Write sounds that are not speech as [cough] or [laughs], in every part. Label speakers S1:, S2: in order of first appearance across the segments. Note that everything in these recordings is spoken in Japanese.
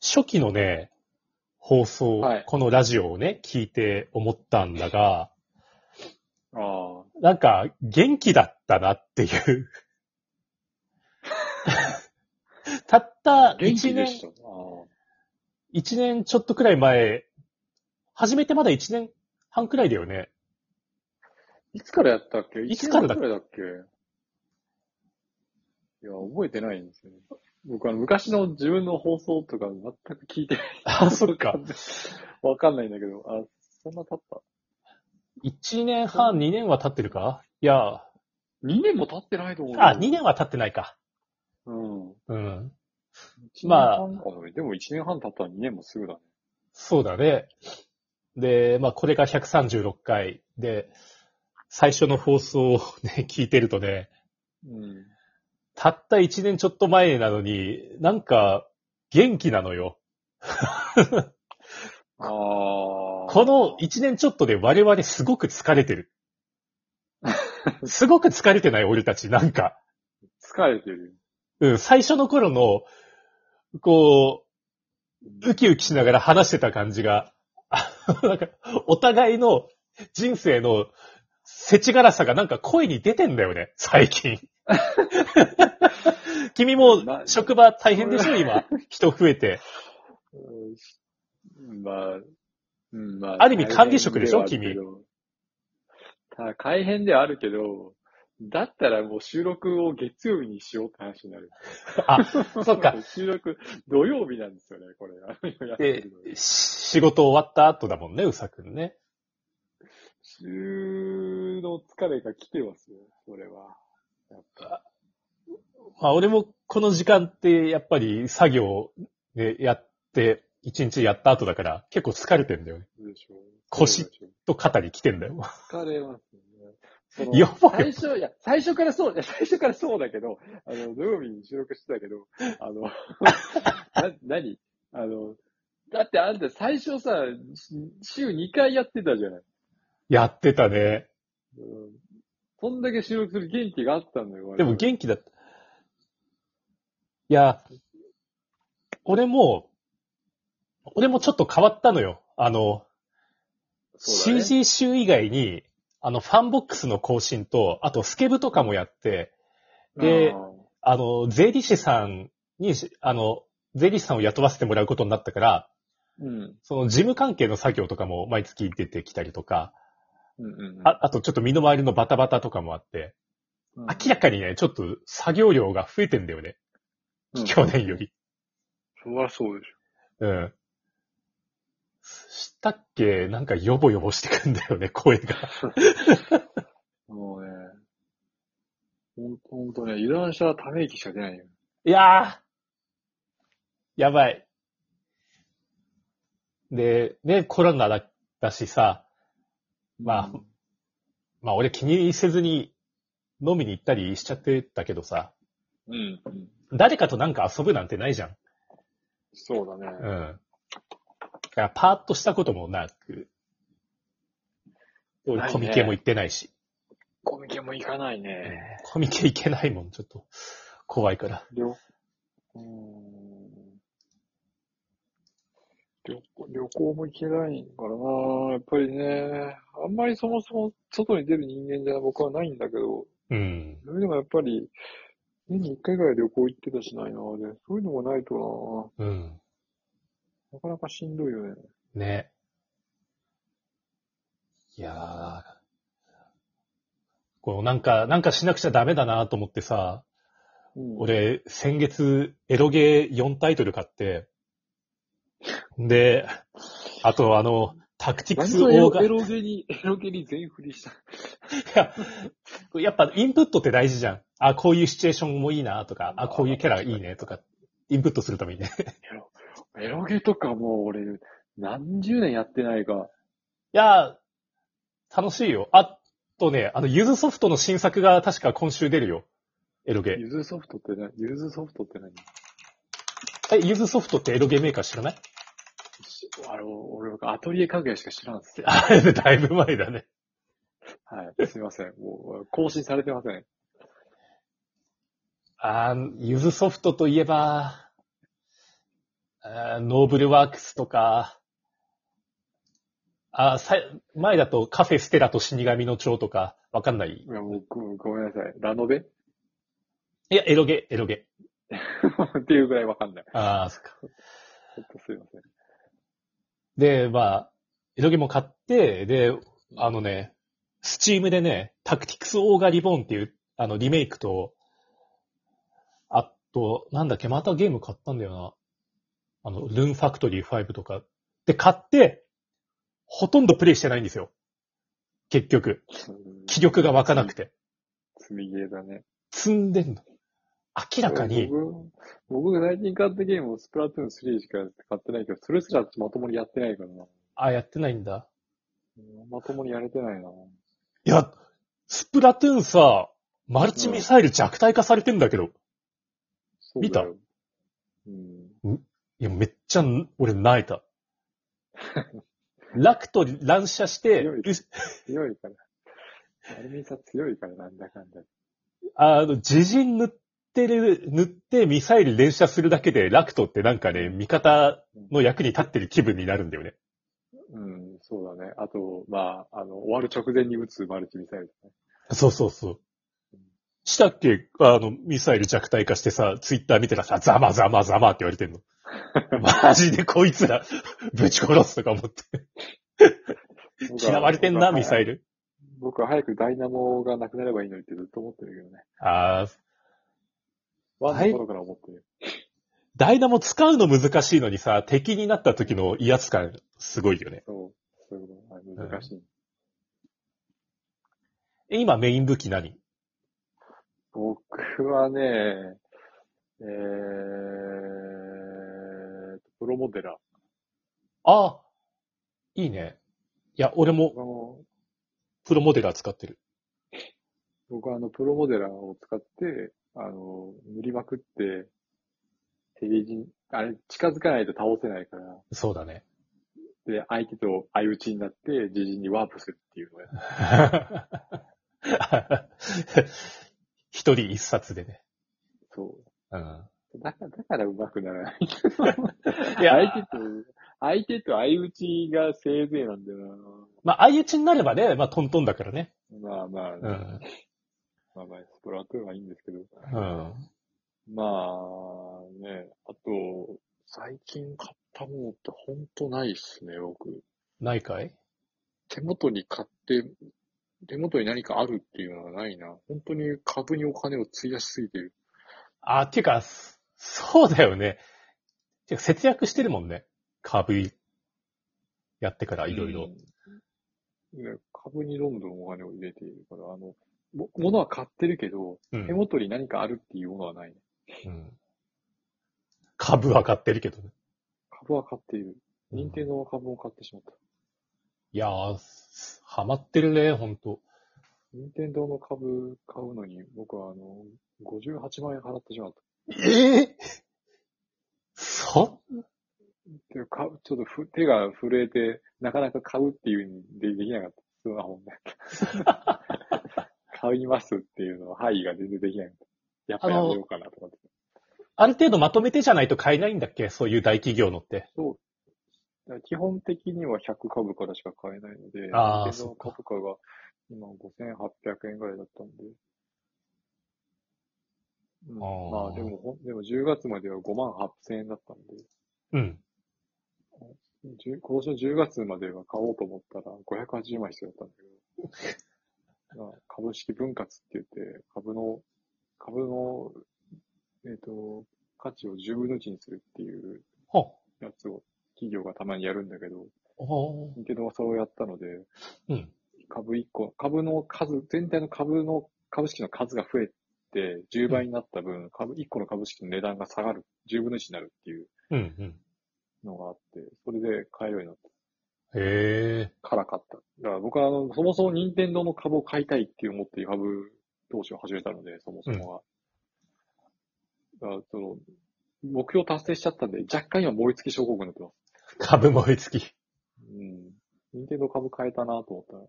S1: 初期のね、放送、
S2: はい
S1: このラジオをね、聞いて思ったんだが、
S2: あ
S1: なんか、元気だったなっていう。 [laughs] たっ
S2: あ。
S1: た
S2: 元気
S1: 一
S2: で
S1: 年、
S2: した。ああ
S1: 一年ちょっとくらい前、始めてまだ一年半くらいだよ
S2: [laughs]
S1: ね。
S2: いつからやったっけ
S1: いつからだ
S2: 一年前くらいだっけいや、覚えてないんですよね。僕は昔の自分の放送とか全く聞いてない。
S1: あ、そっか。。
S2: [laughs] わかんないんだけど、あ、そんな経った。
S1: 一年半、二年は経ってるかいや、
S2: 2年も経ってないと思う。
S1: あ、二年は経ってないか。
S2: うん。
S1: うん。
S2: 一年
S1: まあ
S2: 半かなでも1年半経ったら2年もすぐだね。
S1: そうだね。で、まあ、これが136回で、最初の放送をね、 [laughs] 聞いてるとね、
S2: うん。
S1: たった一年ちょっと前なのに、なんか、元気なのよ。
S2: ああ。
S1: この一年ちょっとで我々すごく疲れてる。すごく疲れてない俺たち、なんか。
S2: 疲れてる。
S1: うん、最初の頃の、こう、ウキウキしながら話してた感じが、 [laughs] あなんか、お互いの人生のせちがらさがなんか声に出てんだよね、最近。君も職場大変でしょ、今。人増えて。
S2: うんまあ、うんまあ。
S1: ある意味管理職でしょ
S2: 大変はあるけど。た改変ではあるけど、だったらもう収録を月曜日にしようって話になる。
S1: あ、 [laughs] そっか。
S2: 収録土曜日なんですよね、これ。あのやって
S1: で
S2: るの、
S1: し仕事終わった後だもんね、うさくんね。
S2: 週の疲れが来てますよ、これは。やっぱ。
S1: まあ、俺もこの時間って、やっぱり作業でやって、一日やった後だから、結構疲れてんだよね。
S2: でしょう
S1: 腰と肩に来てんだよ。 [laughs]
S2: 疲れますね。その
S1: やばい
S2: 最初、いや、最初からそう、いや、最初からそうだけど、あの、土曜日に収録してたけど、あの、 [laughs] な、何あの、だってあんた最初さ、し週2回やってたじゃない。
S1: やってたね。
S2: うん。そんだけ収録する元気があったんだよ、
S1: でも元気だった。いや、俺も、俺もちょっと変わったのよ。あの、
S2: そうだね
S1: CG 集以外に、あの、ファンボックスの更新と、あとスケブとかもやって、で
S2: あ
S1: あの、税理士さんに、あの、税理士さんを雇わせてもらうことになったから、
S2: ーうん。
S1: その事務関係の作業とかも毎月出てきたりとか、
S2: うんうんうん。
S1: ああとちょっと身の回りのバタバタとかもあって、
S2: うん、
S1: 明らかにね、ちょっと作業量が増えてんだよね。
S2: うん
S1: 去年より。
S2: そりゃそうでし
S1: うん。したっけなんかヨボヨボしてくんだよね、 [laughs] 声が。
S2: ょ。もうね、ほんほんとね、油断したらため息しか出ないよ。
S1: いやーやばい。で、ね、コロナだだしさ、まあ
S2: うん
S1: まあ俺気にせずに飲みに行ったりしちゃってたけどさ、
S2: うん、うん。
S1: 誰かとなんか遊ぶなんてないじゃん。
S2: そうだね。
S1: うん。だからパーッとしたこともなく、
S2: ない
S1: 俺
S2: ね
S1: コミケも行ってないし、
S2: コミケも行かないね。
S1: [laughs] コミケ行けないもん、ちょっと怖いから。
S2: 旅、うーん。旅行旅行も行けないからなやっぱりね、あんまりそもそも外に出る人間じゃ僕はないんだけど、
S1: うん。
S2: それでもやっぱり、年に一回ぐらい旅行行ってたしないなで、そういうのもないと
S1: うん。
S2: ななかなかしんどいよね。
S1: ね。いやー。こうなんか、なんかしなくちゃダメだなと思ってさ、
S2: うん、、
S1: 俺、先月、エロゲー4タイトル買って、で、あとあの、タクティク
S2: 何
S1: スオ
S2: とエ
S1: ー
S2: ロ
S1: ガ
S2: エロゲに、エロゲに全振りした。
S1: いや、やっぱインプットって大事じゃん。あ、こういうシチュエーションもいいなとか、あ、こういうキャラいいねとか、インプットするためにね。
S2: エロゲとかもう俺、何十年やってないか。
S1: いやー、楽しいよ。あとね、あの、ユズソフトの新作が確か今週出るよ。エロゲ
S2: ユズソフトって何ユズソフトって何
S1: ー。え、ユズソフトってエロゲーメーカー知らない [laughs]
S2: しあの、俺、アトリエ家具屋しか知らんっすよ。
S1: あれ、だいぶ前だね。
S2: はい。すいません。もう、更新されてません。
S1: あー、ユズソフトといえば、あーノーブルワークスとか、あーさ前だとカフェステラと死神の蝶とか、わかんない。
S2: いや、もうごごめんなさい。ラノベ [laughs]
S1: いや、エロゲ、エロゲ。
S2: っていうぐらいわかんない。
S1: ああ、そっか。
S2: ちょっとすいません。
S1: で、まあ、エロゲも買って、で、あのね、スチームでね、タクティクスオーガリボーンっていう、あの、リメイクと、あと、なんだっけ、またゲーム買ったんだよな。あの、ルーンファクトリー5とか。で、買って、ほとんどプレイしてないんですよ。結局。気力が湧かなくて。
S2: 積みゲーだね。
S1: 積んでんの。明らかに、
S2: 僕、僕が最近買ったゲームをスプラトゥーン3しか買ってないけど、それすらまともにやってないからな。
S1: あ、やってないんだ。
S2: まともにやれてないな。
S1: いや、スプラトゥーンさ、マルチミサイル弱体化されてんだけど。
S2: そうだようん。
S1: いや、めっちゃ、俺泣いた。ラクト乱射して、
S2: 強いう
S1: す
S2: 強いから。アルミさん強いからなんだかんだ。
S1: あの、自陣塗ってる、塗ってミサイル連射するだけで、ラクトってなんかね、味方の役に立ってる気分になるんだよね。
S2: うん、そうだね。あと、まあ、あの、終わる直前に撃つマルチミサイルとかね。
S1: そうそうそう。したっけあの、ミサイル弱体化してさ、ツイッター見てたらさ、ざまざまざまって言われ [laughs] てんの。マジでこいつら、ぶち殺すとか思って。嫌われてんな、ミサイ
S2: ル。
S1: ル。
S2: 僕は早くダイナモがなくなればいいのにってずっと思ってるけどね。
S1: あー、
S2: ワンの頃から思ってる。
S1: ダイナも使うの難しいのにさ、敵になった時の威圧感、すごいよね。
S2: そう。そういうこと。あれ難しい。
S1: え今メイン武器何
S2: 僕はね、えー、プロモデラ。
S1: ああ、いいね。いや、俺も
S2: 僕も
S1: プロモデラー使ってる。
S2: 僕はあの、プロモデラを使って、あの、塗りまくって、敵陣、あれ、近づかないと倒せないから、
S1: そうだね。 [laughs]
S2: で、相手と相打ちになって、自陣にワープするっていうのをやる
S1: 一人一冊でね。
S2: そ
S1: うん、
S2: う。だから、だから上手くならない。
S1: いや、
S2: 相手と、相手と相打ちがせいぜいなんだよ
S1: まあ、相打ちになればね、まあ、トントンだからね。
S2: な。まあまあ、
S1: うん。
S2: まあまあ、スプラトゥーンはいいんですけど。
S1: うん。
S2: まあ、ね、あと、最近買ったものってほんとないっすね、僕。
S1: ないかい
S2: 手元に買って、手元に何かあるっていうのはないな。本当に株にお金を費やしすぎてる。
S1: あ、っていうか、そそうだよね。てか節約してるもんね。株、やってからいろいろ。
S2: うん。ね株にどんどんお金を入れているから、あの、も物は買ってるけど、
S1: うん
S2: 手元に何かあるっていうものはない、
S1: うん株は買ってるけどね。
S2: 株は買っている。任天堂の株も買ってしまった。
S1: いやー、すハマってるね、ほんと。
S2: 任天堂の株買うのに、僕はあの、58万円払ってしまった。
S1: ええそ
S2: てか、かちょっとふ手が震えて、なかなか買うっていうにでできなかった。スマホね。
S1: [laughs]
S2: 買いますっていうのは範囲が全然できなかった。やっぱやめようかなとかって。
S1: ある程度まとめてじゃないと買えないんだっけそういう大企業のって。
S2: だから基本的には100株からしか買えないので、
S1: あー
S2: 任天堂
S1: そ
S2: の
S1: っか
S2: 株価が今5800円ぐらいだったんで。うん、
S1: あー
S2: まあでもほん、でも10月までは5万8000円だったんで。
S1: うん。
S2: 10今年の10月までは買おうと思ったら580万必要だったんだけ
S1: [laughs]
S2: ど、まあ、株式分割って言って、株の、株の、えっ、と、価値を10分の1にするっていう
S1: ほ
S2: やつを企業がたまにやるんだけど、
S1: ほ
S2: 任天堂はそれをやったので、
S1: うん。
S2: 株1個、株の数、全体の株の、株式の数が増えて10倍になった分、株1個の株式の値段が下がる、10分の1になるっていう
S1: うん、うん。
S2: のがあって、それで買えるようになった。
S1: へえ。
S2: から買った。だから僕はあの、そもそも任天堂の株を買いたいって思って株投資を始めたので、そもそもは。だからその、目標達成しちゃったんで、若干今燃え尽き症候群になってます。
S1: 株燃え尽き。
S2: うん。任天堂株買えたなと思ったら。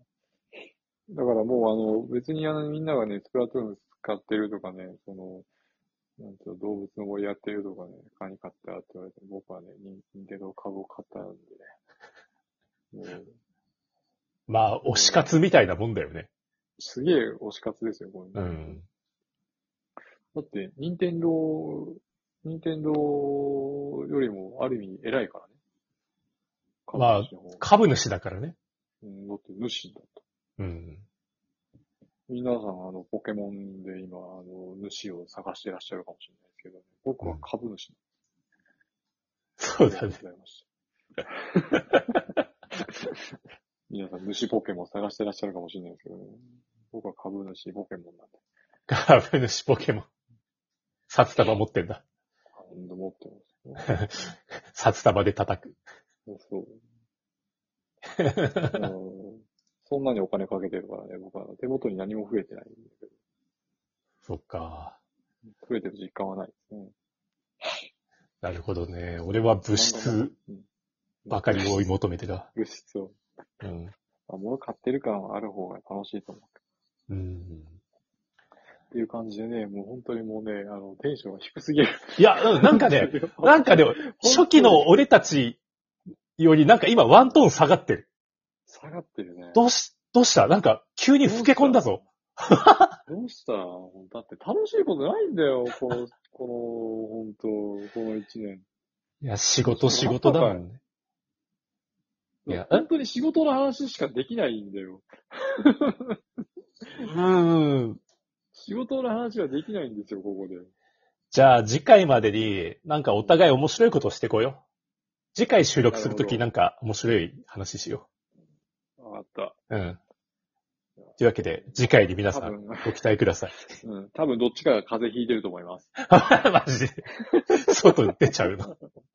S2: だからもうあの、別にあの、みんながね、スプラトゥーン使ってるとかね、その、なんと動物の森やってるとかね、カニ買ったって言われて、僕はね、ニンニンテンドー株を買ったんでね。 [laughs] もう、
S1: まあ、推し活みたいなもんだよね。
S2: すげえ推し活ですよ、これ、
S1: う。ん。
S2: だって、ニンテンドー、ニンテンドーよりもある意味偉いからね。
S1: まあ
S2: 株主の方が
S1: 株主だからね。
S2: うん、だって主だと。
S1: うん。
S2: 皆さん、あの、ポケモンで今、あの、主を探してらっしゃるかもしれないですけど、ね、僕は株主
S1: そうだね。
S2: ございました。 [laughs] 皆さん、虫ポケモン探してらっしゃるかもしれないですけど、ね、僕は株主ポケモンなんで、
S1: 株主ポケモン。札束持ってんだ。
S2: あほんと持ってます、
S1: 札束で叩く。
S2: そう。あのそんなにお金かけてるからね、僕は手元に何も増えてないんだけど、
S1: そっか。
S2: 増えてる実感はないですね。
S1: なるほどね。俺は物質ばかり追い求めてた。
S2: 物質を。
S1: うん。
S2: あ物買ってる感はある方が楽しいと思う。
S1: うん。
S2: っていう感じでね、もう本当にもうね、あの、テンションが低すぎる。
S1: いや、うんなんか
S2: [laughs]
S1: [laughs] ね、
S2: な
S1: なんかね、初期の俺たちよりなんか今ワントーン下がってる。
S2: 下がってるね。
S1: どうし、どうしたなんか急に老け込んだぞ。
S2: どうしただって楽しいことないんだよ、この、 [laughs] この、本当この一年。
S1: いや、仕事仕事だもんね。いやえ
S2: 本当に仕事の話しかできないんだよ。
S1: うん。
S2: 仕事の話はできないんですよ、ここで。
S1: じゃあ次回までになんかお互い面白いことしてこよう。次回収録するとき
S2: な
S1: なんか面白い話しよ
S2: わかった。
S1: う。うん。というわけで、次回に皆さ
S2: 多
S1: ん
S2: 分
S1: ご期待ください。 [laughs]
S2: うん、多分どっちかが風邪ひいてると思います。
S1: マジで。外に出ちゃうの。